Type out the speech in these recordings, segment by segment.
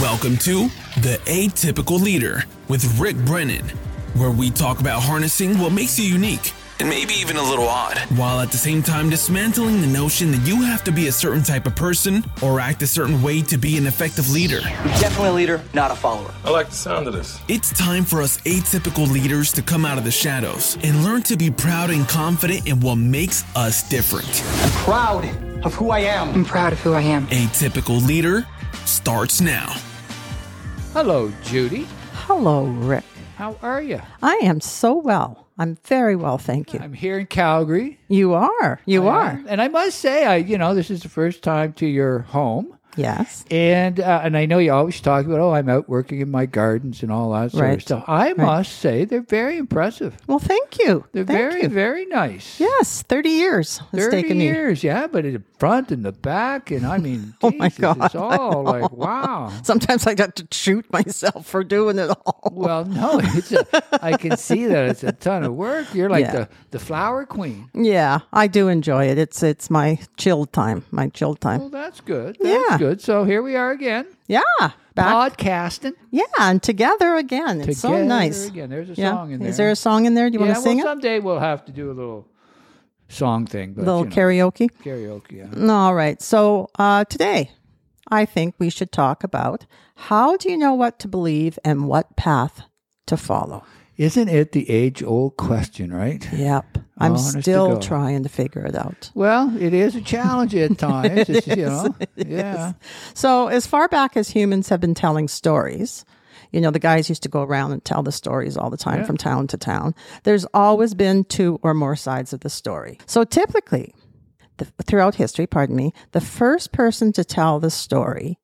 Welcome to The Atypical Leader with Rick Brennan, where we talk about harnessing what makes you unique and maybe even a little odd, while at the same time dismantling the notion that you have to be a certain type of person or act a certain way to be an effective leader. You're definitely a leader, not a follower. I like the sound of this. It's time for us atypical leaders to come out of the shadows and learn to be proud and confident in what makes us different. I'm proud of who I am. I'm proud of who I am. Atypical Leader starts now. Hello, Judy. Hello, Rick. How are you? I am so well. I'm very well, thank you. I'm here in Calgary. You are. You I are. am- And I must say, I you know, this is the first time to your home. Yes. And uh, and I know you always talk about, oh, I'm out working in my gardens and all that sort of Right. stuff. I must say, they're very impressive. Well, thank you. They're Thank very, you. very nice. Yes, 30 years it's 30 taken me. years, yeah, but in the front and the back, and I mean, Oh my Jesus, it's God, I all like, wow. Sometimes I got to shoot myself for doing it all. Well, no, it's a, I can see that it's a ton of work. You're like Yeah. the, the flower queen. Yeah, I do enjoy it. It's it's my chill time, my chill Well, time. that's good. That's Yeah. good. So here we are again. Yeah, back. Podcasting. Yeah, and together again. It's so Together nice. Again, there's a Yeah. song in there. Is there a song in there? Do you yeah, want to sing well, it? someday we'll have to do a little song thing. But, little you know, karaoke. karaoke. Yeah. All right. So uh, today, I think we should talk about how do you know what to believe and what path to follow? Isn't it the age old question, right? Yep. I'm Honest to still God. trying to figure it out. Well, it is a challenge at times. it's, you know, yeah. So, as far back as humans have been telling stories, you know, the guys used to go around and tell the stories all the time from town to town. There's always been two or more sides of the story. So, typically, the, throughout history, pardon me, the first person to tell the story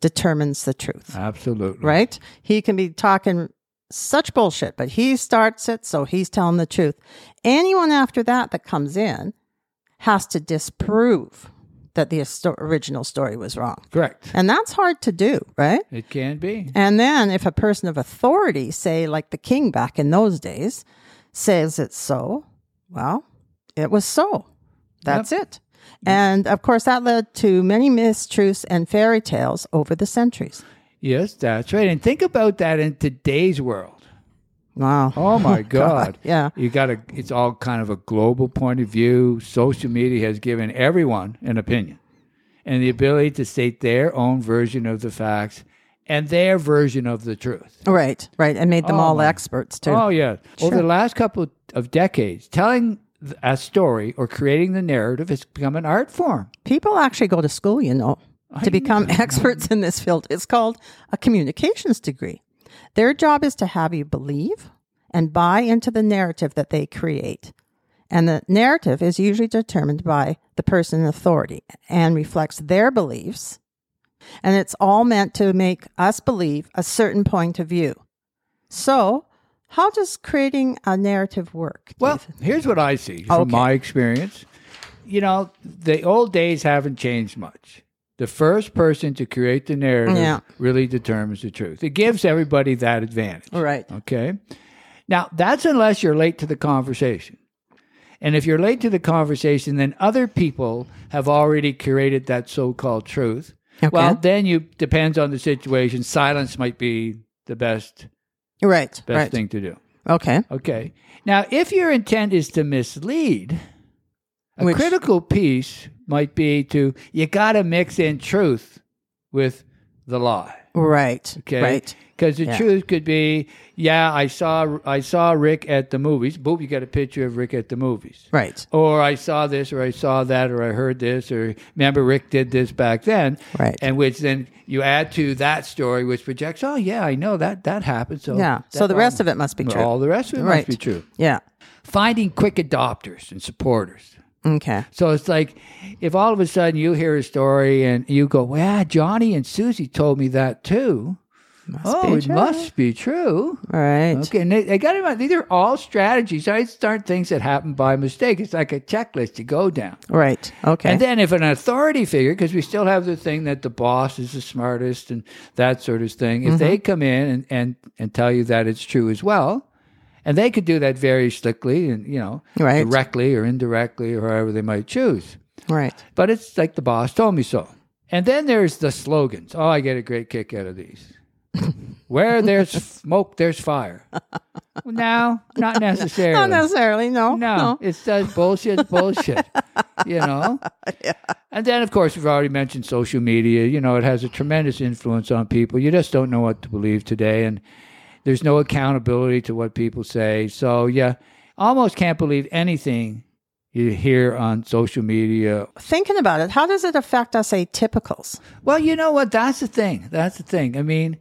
determines the truth. Absolutely. right? He can be talking such bullshit, but he starts it, so he's telling the truth. Anyone after that that comes in has to disprove that the histo- original story was wrong. Correct. And that's hard to do, right? It can be. And then if a person of authority, say like the king back in those days, says it's so, well, it was so. That's it. And of course, that led to many mistruths and fairy tales over the centuries. Yes, that's right. And think about that in today's world. Wow. Oh my God. Yeah. You got to, it's all kind of a global point of view. Social media has given everyone an opinion and the ability to state their own version of the facts and their version of the truth. Right, right, and made them Oh, all my- experts too. Oh, yeah. Over the last couple of decades, telling th- a story or creating the narrative has become an art form. People actually go to school, you know, to become experts in this field. It's called a communications degree. Their job is to have you believe and buy into the narrative that they create. And the narrative is usually determined by the person in authority and reflects their beliefs. And it's all meant to make us believe a certain point of view. So, how does creating a narrative work? do you Well, think? here's what I see from Okay. my experience. You know, the old days haven't changed much. The first person to create the narrative Yeah. really determines the truth. It gives everybody that advantage. Right. Okay. Now, that's unless you're late to the conversation. And if you're late to the conversation, then other people have already created that so called truth. Okay. Well, then you depends on the situation. Silence might be the best right, best right. thing to do. Okay. Okay. Now, if your intent is to mislead, a Which- critical piece might be to you got to mix in truth with the lie. Right. Okay. Right. Because the Yeah. truth could be, yeah, I saw I saw Rick at the movies. Boop, you got a picture of Rick at the movies. Right. Or I saw this, or I saw that, or I heard this, or remember Rick did this back then. Right. And which then you add to that story, which projects, oh yeah, I know that that happened. So Yeah. So that- the rest of it must be true. All the rest of it Right. must be true Yeah. finding quick adopters and supporters. Okay. So it's like if all of a sudden you hear a story and you go, "Well, yeah, Johnny and Susie told me that too." oh, be it true. must be true. Right. Okay, and they, I got it. These are all strategies. I start things that happen by mistake. It's like a checklist to go down. Right. Okay. And then if an authority figure, because we still have the thing that the boss is the smartest and that sort of thing, if they Mm-hmm. come in and, and, and tell you that it's true as well, and they could do that very slickly and, you know, Right. directly or indirectly or however they might choose. right. But it's like the boss told me so. And then there's the slogans. Oh, I get a great kick out of these. Where there's smoke, there's fire. No, not necessarily. Not necessarily, no. No, it's just bullshit, bullshit. You know? And then, of course, we've already mentioned social media. You know, it has a tremendous influence on people. You just don't know what to believe today. And there's no accountability to what people say. So, yeah, almost can't believe anything you hear on social media. Thinking about it, how does it affect us atypicals? Well, you know what? That's the thing. That's the thing. I mean,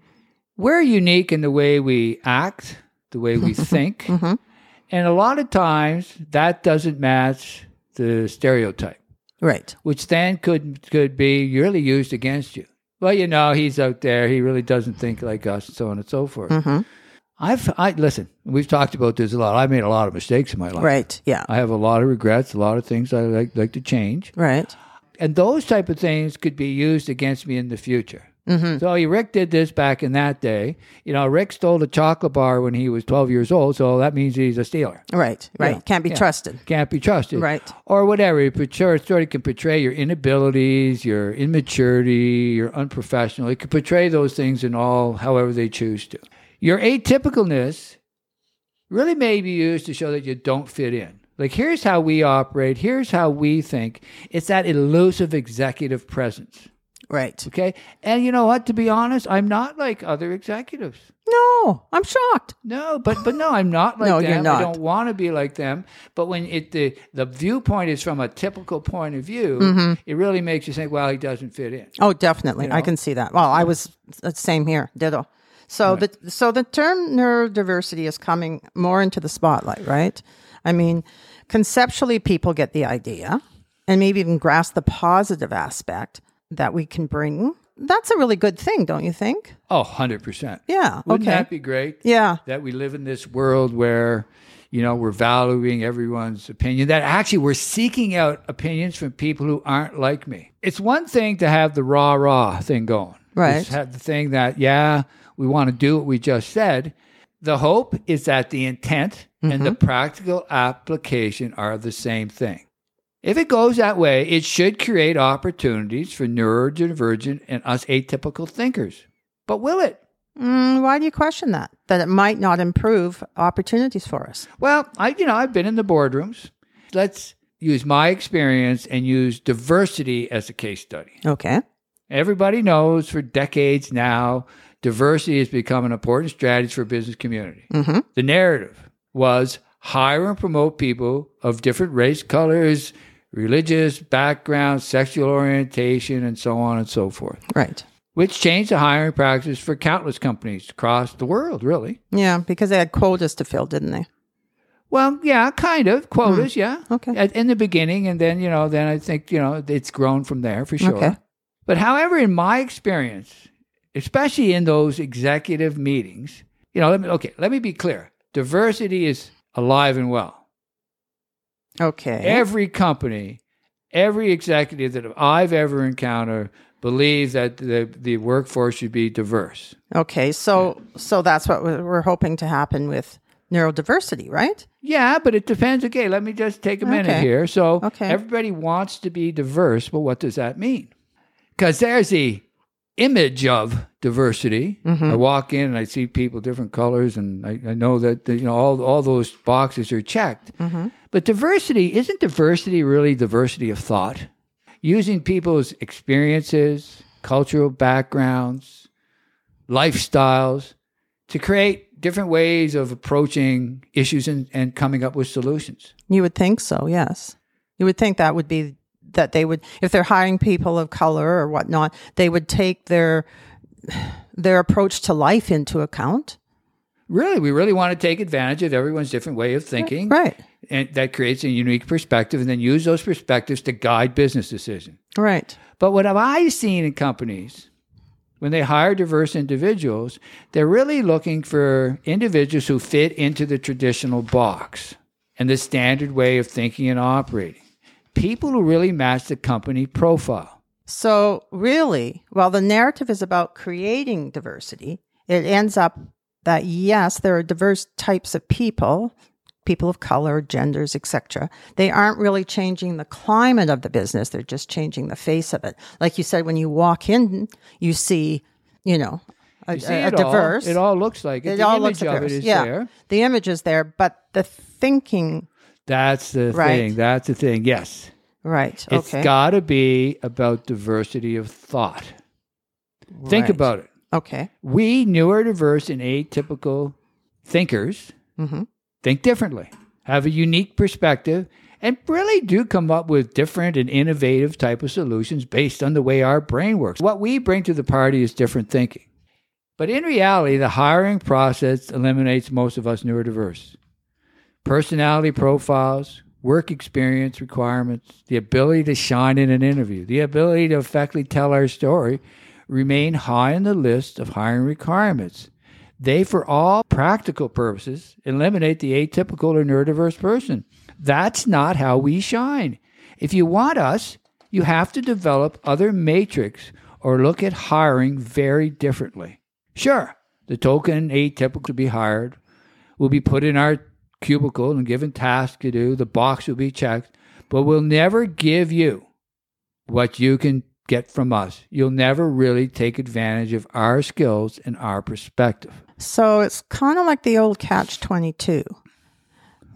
we're unique in the way we act, the way we think. And a lot of times that doesn't match the stereotype, Right. which then could could be really used against you. Well, you know, he's out there. He really doesn't think like us, and so on and so forth. I've I listen. We've talked about this a lot. I made a lot of mistakes in my life. Right. Yeah. I have a lot of regrets. A lot of things I like like to change Right. and those type of things could be used against me in the future. So Rick did this back in that day. You know, Rick stole a chocolate bar when he was 12 years old, so that means he's a stealer. Right. Right. Can't be trusted. Can't be trusted. Right. Or whatever. It portray- sort of can portray your inabilities, your immaturity, your unprofessional. It could portray those things in all, however they choose to. Your atypicalness really may be used to show that you don't fit in. Like, here's how we operate. Here's how we think. It's that elusive executive presence. Right. Okay. And you know what? To be honest, I'm not like other executives. No, I'm shocked. No, but but no, I'm not like No, them. you're not. I don't want to be like them. But when it the the viewpoint is from a typical point of view, Mm-hmm. it really makes you think, well, he doesn't fit in. Oh, definitely. I can see that. Well, I was uh, same here. Ditto. So the so the term neurodiversity is coming more into the spotlight, right? I mean, conceptually people get the idea and maybe even grasp the positive aspect that we can bring. That's a really good thing, don't you think? Oh, 100%. Yeah, Wouldn't okay. that be great? Yeah. That we live in this world where, you know, we're valuing everyone's opinion, that actually we're seeking out opinions from people who aren't like me. It's one thing to have the rah rah thing going. Right. Just have the thing that, yeah, we want to do what we just said. The hope is that the intent and the practical application are the same thing. If it goes that way, it should create opportunities for neurodivergent and us atypical thinkers. But will it? Mm, why do you question that? That it might not improve opportunities for us. Well, I you know, I've been in the boardrooms. Let's use my experience and use diversity as a case study. Okay. Everybody knows for decades now, diversity has become an important strategy for business community. The narrative was hire and promote people of different race, colors, religious background, sexual orientation, and so on and so forth, Right. which changed the hiring practice for countless companies across the world, really. Yeah, because they had quotas to fill, didn't they? Well, yeah, kind of quotas, yeah. Okay. At, in the beginning, and then you know, then I think you know it's grown from there for sure. Okay. But however, in my experience, especially in those executive meetings, you know, let me okay, let me be clear: diversity is alive and well. Eh? Okay. Every company, every executive that I've ever encountered believes that the the workforce should be diverse. Okay, so so that's what we're we're hoping to happen with neurodiversity, right? Yeah, but it depends. Okay, let me just take a minute Okay. here. So Okay. everybody wants to be diverse, but what does that mean? Because there's the image of diversity. I walk in and I see people different colors, and I, I know that you know all all those boxes are checked. But diversity isn't diversity really diversity of thought, using people's experiences, cultural backgrounds, lifestyles to create different ways of approaching issues and, and coming up with solutions. You would think so, yes. You would think that would be that they would if they're hiring people of color or whatnot, they would take their their approach to life into account. Really, we really want to take advantage of everyone's different way of thinking. Right. And that creates a unique perspective and then use those perspectives to guide business decisions. Right. But what have I seen in companies when they hire diverse individuals, they're really looking for individuals who fit into the traditional box and the standard way of thinking and operating. People who really match the company profile. So really, while the narrative is about creating diversity, it ends up that yes, there are diverse types of people people of color, genders, etc. They aren't really changing the climate of the business. They're just changing the face of it. Like you said, when you walk in, you see, you know, a, You see a it all. diverse. It all looks like it. It the all image looks of it diverse. is yeah, there. the image is there, but the thinking, That's the Right. thing. That's the thing. Yes. right? It's okay, got to be about diversity of thought. Think Right. about it. Okay, We neurodiverse and atypical thinkers Mm-hmm. think differently, have a unique perspective, and really do come up with different and innovative type of solutions based on the way our brain works. What we bring to the party is different thinking. But in reality, the hiring process eliminates most of us neurodiverse. Personality profiles, work experience requirements, the ability to shine in an interview, the ability to effectively tell our story remain high on the list of hiring requirements. They, for all practical purposes, eliminate the atypical or neurodiverse person. That's not how we shine. If you want us, you have to develop other matrix or look at hiring very differently. Sure, the token atypical to be hired will be put in our cubicle and given tasks to do. The box will be checked, but we'll never give you what you can get from us. You'll never really take advantage of our skills and our perspective. so it's kind of like the old catch twenty-two.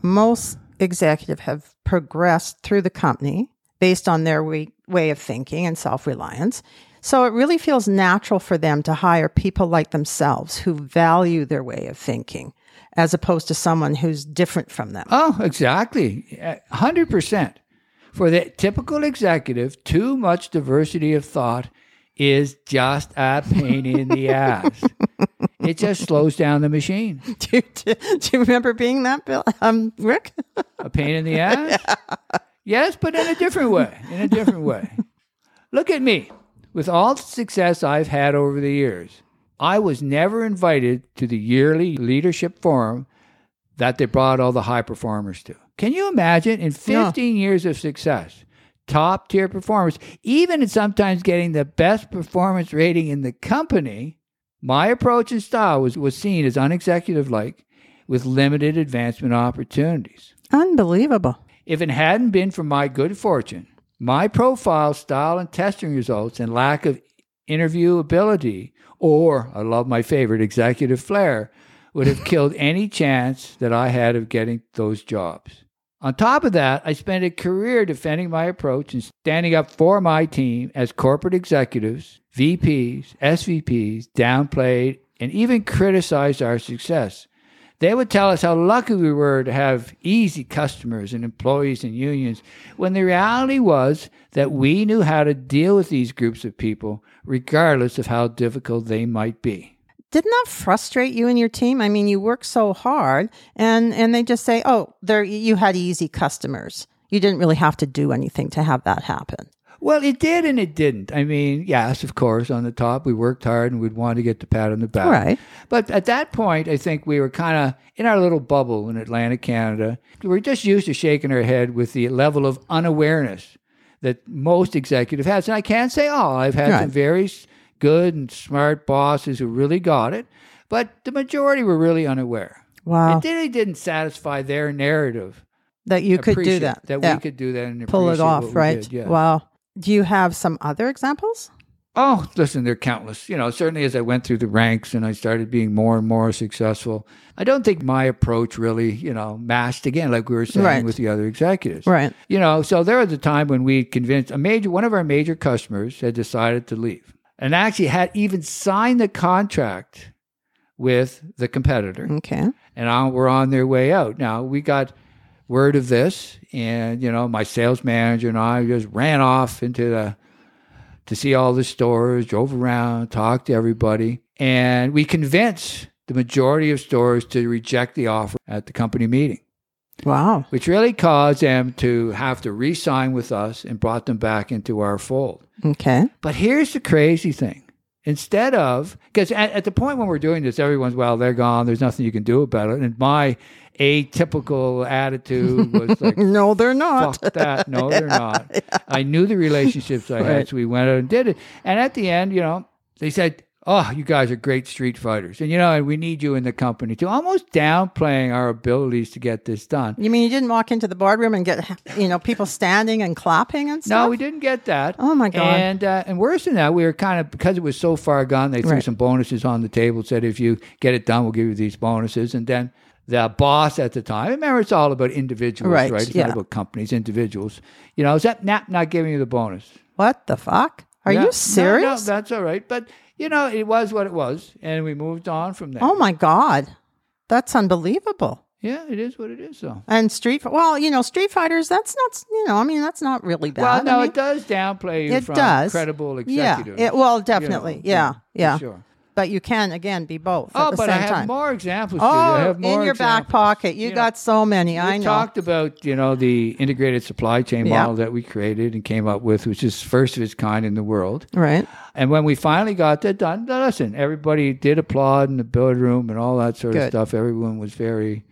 Most executive have progressed through the company based on their way, way of thinking and self-reliance. So it really feels natural for them to hire people like themselves who value their way of thinking, as opposed to someone who's different from them. Oh, exactly. Uh, 100%. For the typical executive, too much diversity of thought is just a pain in the ass. It just slows down the machine. do, do, do you remember being that, Bill? Um, Rick? A pain in the ass? Yes, but in a different way. In a different way. Look at me. With all the success I've had over the years, I was never invited to the yearly leadership forum that they brought all the high performers to. Can you imagine in 15 years of success, top tier performers, even in sometimes getting the best performance rating in the company, my approach and style was, was seen as unexecutive like with limited advancement opportunities. Unbelievable. If it hadn't been for my good fortune, my profile, style, and testing results, and lack of interviewability, or I love my favorite, executive flair, would have killed any chance that I had of getting those jobs. On top of that, I spent a career defending my approach and standing up for my team as corporate executives, VPs, SVPs downplayed and even criticized our success. They would tell us how lucky we were to have easy customers and employees and unions, when the reality was that we knew how to deal with these groups of people, regardless of how difficult they might be. Didn't that frustrate you and your team? I mean, you work so hard and, and they just say, oh, there, you had easy customers. You didn't really have to do anything to have that happen. Well, it did and it didn't. I mean, yes, of course, on the top, we worked hard and we'd want to get the pat on the back. Right. But at that point, I think we were kind of in our little bubble in Atlantic Canada. We were just used to shaking our head with the level of unawareness that most executive has. And I can't say all. I've had Right. some very s- good and smart bosses who really got it, but the majority were really unaware. Wow. It really didn't satisfy their narrative. That you could do appreciate- that. That Yeah. we could do that and pull it appreciate off, what we right? did, yeah. Wow. Do you have some other examples? Oh, listen, they're countless. You know, certainly as I went through the ranks and I started being more and more successful, I don't think my approach really, you know, matched again, like we were saying Right. with the other executives. Right. You know, so there was a time when we convinced a major, one of our major customers had decided to leave and actually had even signed the contract with the competitor Okay. and on, we're on their way out. Now we got word of this, and you know my sales manager and I just ran off into the to see all the stores, drove around, talked to everybody, and we convinced the majority of stores to reject the offer at the company meeting, Wow. which really caused them to have to re-sign with us and brought them back into our fold. Okay. But here's the crazy thing. Instead of, because at, at the point when we're doing this, everyone's, well, they're gone. There's nothing you can do about it. And my atypical attitude was like, No, they're not. fuck that. No, they're not. I knew the relationships I had. Right. So we went out and did it. And at the end, you know, they said, oh, you guys are great street fighters. And, you know, and we need you in the company too. Almost downplaying our abilities to get this done. You mean you didn't walk into the boardroom and get you know people standing and clapping and stuff? No, we didn't get that. Oh, my God. And uh, and worse than that, we were kind of because it was so far gone. They threw Right. some bonuses on the table. Said if you get it done, we'll give you these bonuses. And then the boss at the time. Remember, it's all about individuals, right? Right, It's yeah. not about companies, individuals. You know, is that not not giving you the bonus? What the fuck? Are Yeah. No, you serious? No, that's all right. But you know, it was what it was, and we moved on from that. oh my god, that's unbelievable. Yeah, it is what it is, though. And street, well, you know, Street Fighters. That's not, you know, I mean, that's not really bad. Well, I no, mean, it does downplay you It from does. credible Yeah. executives. It, well, you know, definitely. yeah. Yeah. for sure. But you can again be both Oh, at the but same I have time. more examples. Judy. I oh, have in more your back examples. pocket, you, You got know, so many. We I know. talked about you know the integrated supply chain Yeah. model that we created and came up with, which is first of its kind in the world. right. And when we finally got that done, now listen, everybody did applaud in the boardroom and all that sort of Good. stuff. Everyone was very,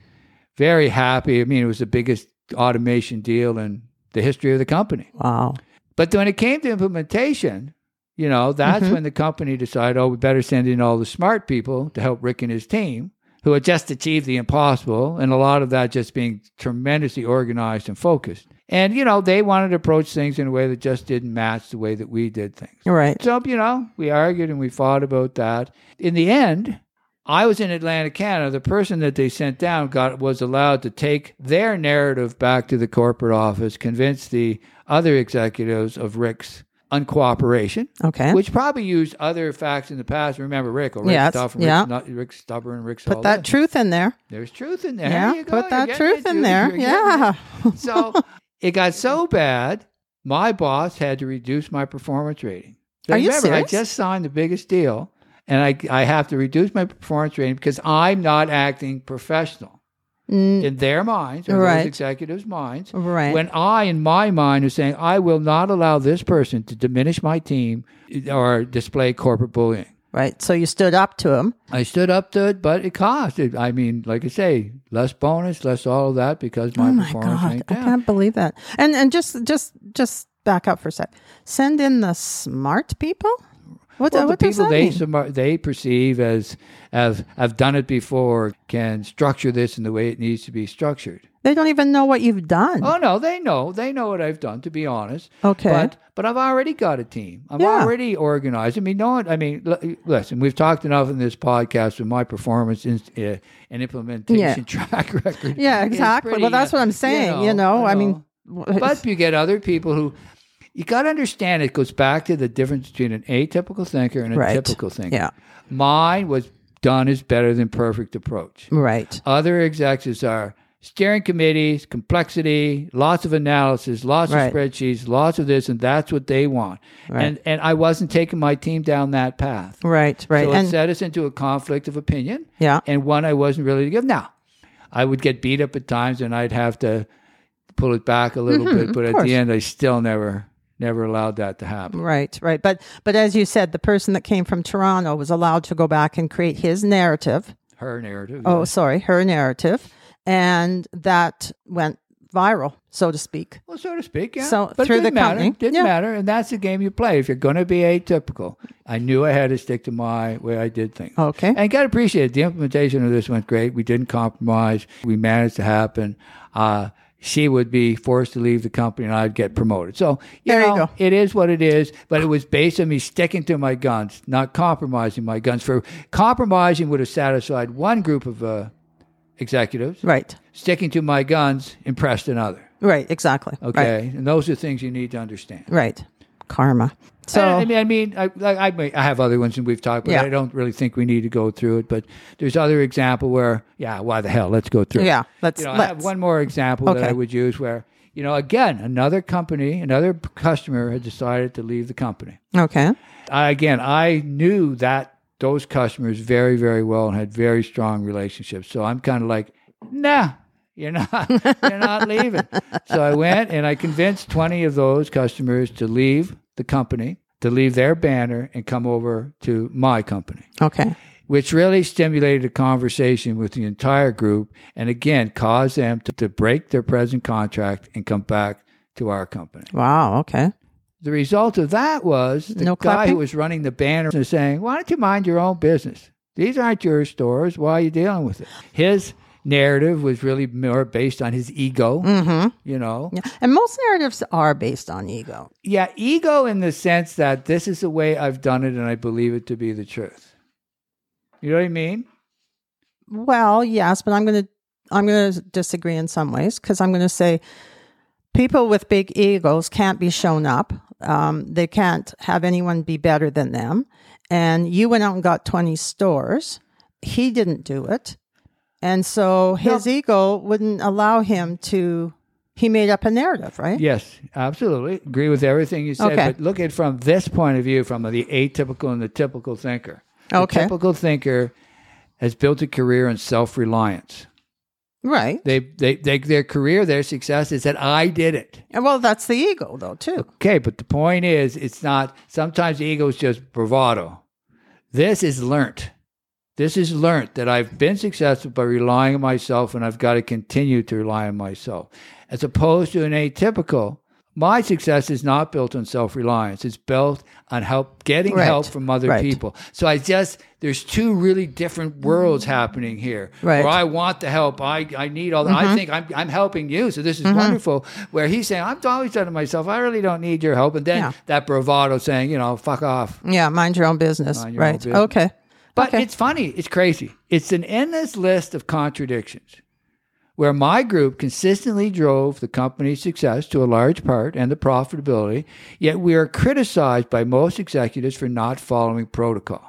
very happy. I mean, it was the biggest automation deal in the history of the company. Wow. But when it came to implementation, you know, that's when the company decided, oh, we better send in all the smart people to help Rick and his team, who had just achieved the impossible, and a lot of that just being tremendously organized and focused. And, you know, they wanted to approach things in a way that just didn't match the way that we did things. Right. So, you know, we argued and we fought about that. In the end, I was in Atlanta, Canada. The person that they sent down got was allowed to take their narrative back to the corporate office, convince the other executives of Rick's uncooperation, Okay. which probably used other facts in the past. Remember Rick, or Rick's Yes, tough, and yeah. Rick's, not, Rick's stubborn, Rick's all Put that this. truth in there. There's truth in there. Yeah. There you go. Put You're that getting truth it, in Judy. there. You're getting it. Yeah. So it got so bad, my boss had to reduce my performance rating. So Are you remember, serious? I just signed the biggest deal, and I I have to reduce my performance rating because I'm not acting professional in their minds or Mm. Right. those executives' minds. Right. When I, in my mind, was saying I will not allow this person to diminish my team or display corporate bullying. Right. So you stood up to him. I stood up to it, but it cost. It, I mean, like I say, less bonus, less all of that because my Oh my performance god, went I down. can't believe that. And and just just just back up for a sec. Send in the smart people. What Well, what the does people that they mean? summa- they perceive as have have done it before can structure this in the way it needs to be structured. they don't even know what you've done. Oh no, they know they know what I've done. To be honest, Okay. but but I've already got a team. I'm Yeah. already organized. I mean, no, I mean, l- listen, we've talked enough in this podcast with my performance in, uh, and implementation Yeah. track record. yeah, is exactly. pretty, well, that's uh, what I'm saying. You know, I mean, w- but you get other people who you got to understand it goes back to the difference between an atypical thinker and a Right. typical thinker. Yeah. Mine was done is better than perfect approach. right. Other executives are steering committees, complexity, lots of analysis, lots Right. of spreadsheets, lots of this, and that's what they want. And and I wasn't taking my team down that path. Right, right. So it and set us into a conflict of opinion. Yeah. And one I wasn't really to give. Now, I would get beat up at times and I'd have to pull it back a little bit, but at Mm-hmm, course. the end I still never never allowed that to happen. right, right. But but as you said, the person that came from Toronto was allowed to go back and create his narrative. Her narrative. Oh, yes. sorry, her narrative, and that went viral, so to speak. Well, so to speak, yeah. So, but it through the didn't matter. company, didn't yeah. matter, and that's the game you play. If you're going to be atypical, I knew I had to stick to my way I did things. Okay. and got to appreciate it. the implementation of this went great. We didn't compromise. We managed to happen. Uh, she would be forced to leave the company, and I'd get promoted. So you There you know, go. it is what it is. But it was based on me sticking to my guns, not compromising my guns. For compromising would have satisfied one group of uh, executives. Right, Sticking to my guns impressed another. right, exactly. Right, Okay, and those are things you need to understand. right. Karma. So Eh, I, I mean, I mean, I, like, I, may- I have other ones and we've talked, but Yeah. I don't really think we need to go through it. But there's other example where, yeah, why the hell? Let's go through. it. Yeah, let's- You know, I have let's. one more example that Okay. I would use where, you know, again, another company, another customer had decided to leave the company. Okay. I, again, I knew that those customers very, very well and had very strong relationships. So I'm kind of like, nah, you're not, you're not leaving. So I went and I convinced 20 of those customers to leave the company, to leave their banner and come over to my company, Okay. which really stimulated a conversation with the entire group and again caused them to, to break their present contract and come back to our company. Wow. Okay. The result of that was the No guy clapping? who was running the banner was saying, Why don't you mind your own business? These aren't your stores. Why are you dealing with it? His narrative was really more based on his ego, Mm-hmm. you know? Yeah. And most narratives are based on ego. Yeah, ego in the sense that this is the way I've done it and I believe it to be the truth. You know what I mean? Well, yes, but I'm going to I'm going to disagree in some ways because I'm going to say people with big egos can't be shown up. Um, they can't have anyone be better than them. And you went out and got 20 stores. He didn't do it, and so his ego wouldn't allow him to. He made up a narrative, right? Yes, absolutely. Agree with everything you said, Okay. but look at it from this point of view, from the atypical and the typical thinker. The Okay. typical thinker has built a career in self reliance. Right. They, they, they, their career, their success is that I did it. And well, that's the ego, though, too. Okay, but the point is, it's not. Sometimes the ego is just bravado. This is learnt. This is learnt that I've been successful by relying on myself, and I've got to continue to rely on myself. As opposed to an atypical, my success is not built on self-reliance. It's built on help getting Right. help from other Right. people. So I just there's two really different worlds happening here. Mm-hmm. Right. Where I want the help, I, I need all that. I think I'm I'm helping you, so this is wonderful. Where he's saying I'm always saying to myself, I really don't need your help, and then Yeah. that bravado saying, you know, fuck off. Yeah, mind your own business. Mind your own right. business. Okay. But Okay. it's funny. It's crazy. It's an endless list of contradictions where my group consistently drove the company's success to a large part and the profitability, yet we are criticized by most executives for not following protocol.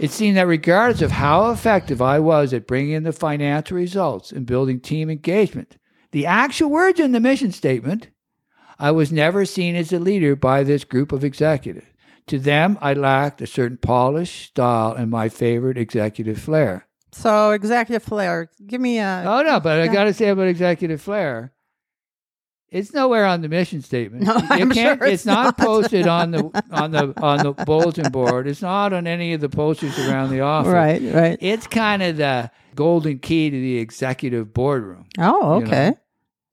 It seemed that regardless of how effective I was at bringing in the financial results and building team engagement, the actual words in the mission statement I was never seen as a leader by this group of executives. To them, I lacked a certain polish, style, and my favorite executive flair. So, executive flair, give me a. Oh no, but I got to say about executive flair, it's nowhere on the mission statement. No, You I'm sure it's, it's not, not. posted on the on the on the bulletin board. It's not on any of the posters around the office. right. Right. It's kind of the golden key to the executive boardroom. Oh, you know? okay.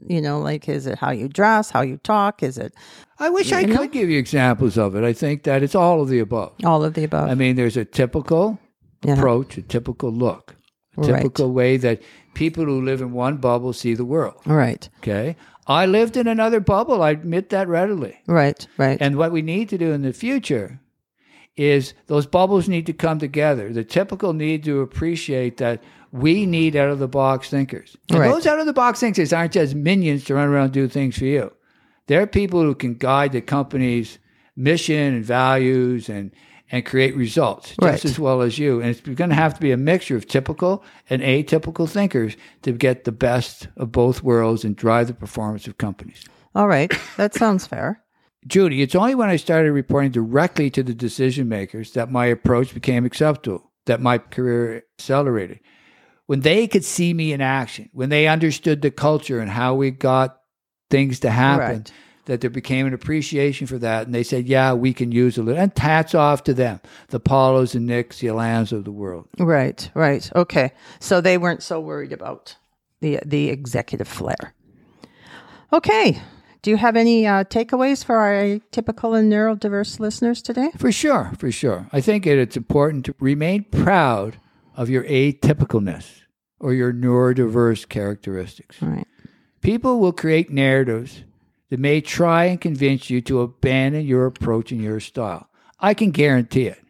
You know? like is it how you dress, how you talk, is it I wish I You know? could give you examples of it. I think that it's all of the above. all of the above? I mean, there's a typical Yeah. approach, a typical look, a Right. typical way that people who live in one bubble see the world. right. Okay. I lived in another bubble. I admit that readily. Right. Right. And what we need to do in the future is those bubbles need to come together. The typical need to appreciate that we need out of the box thinkers. And Right. those out of the box thinkers aren't just minions to run around and do things for you. They're people who can guide the company's mission and values and and create results just Right. as well as you. And it's going to have to be a mixture of typical and atypical thinkers to get the best of both worlds and drive the performance of companies. all right. That sounds fair. Judy, it's only when I started reporting directly to the decision makers that my approach became acceptable, that my career accelerated. When they could see me in action, when they understood the culture and how we got things to happen, Right. that there became an appreciation for that. And they said, yeah, we can use a little. And hats off to them, the Paulos and Nicks, the Alans of the world. Right. Right. Okay. So they weren't so worried about the the executive flair. Okay. Do you have any uh, takeaways for our typical and neurodiverse listeners today? For sure, for sure. I think it, it's important to remain proud of your atypicalness or your neurodiverse characteristics. All right. People will create narratives that may try and convince you to abandon your approach and your style. I can guarantee it.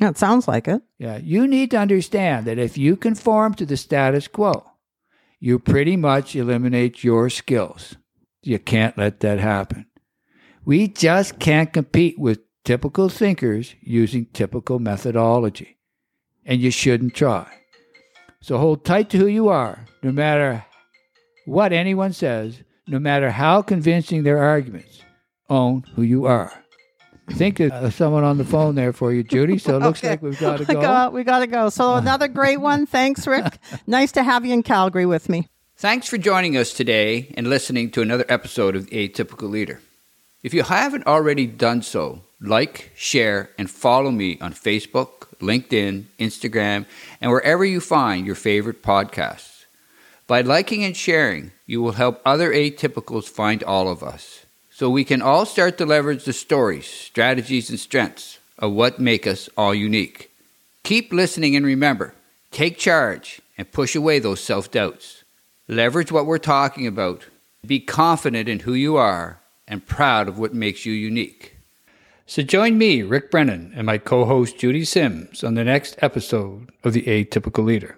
That sounds like it. Yeah, you need to understand that if you conform to the status quo, you pretty much eliminate your skills. You can't let that happen. We just can't compete with typical thinkers using typical methodology, and you shouldn't try. So hold tight to who you are, no matter what anyone says, no matter how convincing their arguments. Own who you are. I think there's someone on the phone there for you, Judy. So it looks Okay. like we've got to We go. got- we got to go. So another great one. Thanks, Rick. nice to have you in Calgary with me. Thanks for joining us today and listening to another episode of The Atypical Leader. If you haven't already done so, like, share, and follow me on Facebook, LinkedIn, Instagram, and wherever you find your favorite podcasts. By liking and sharing, you will help other atypicals find all of us. so we can all start to leverage the stories, strategies, and strengths of what make us all unique. Keep listening and remember take charge and push away those self doubts. Leverage what we're talking about. Be confident in who you are and proud of what makes you unique. So join me, Rick Brennan, and my co host Judy Sims on the next episode of The Atypical Leader.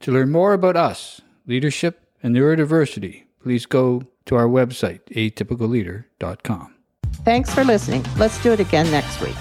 To learn more about us, leadership, and neurodiversity, please go to our website, atypicalleader.com. Thanks for listening. Let's do it again next week.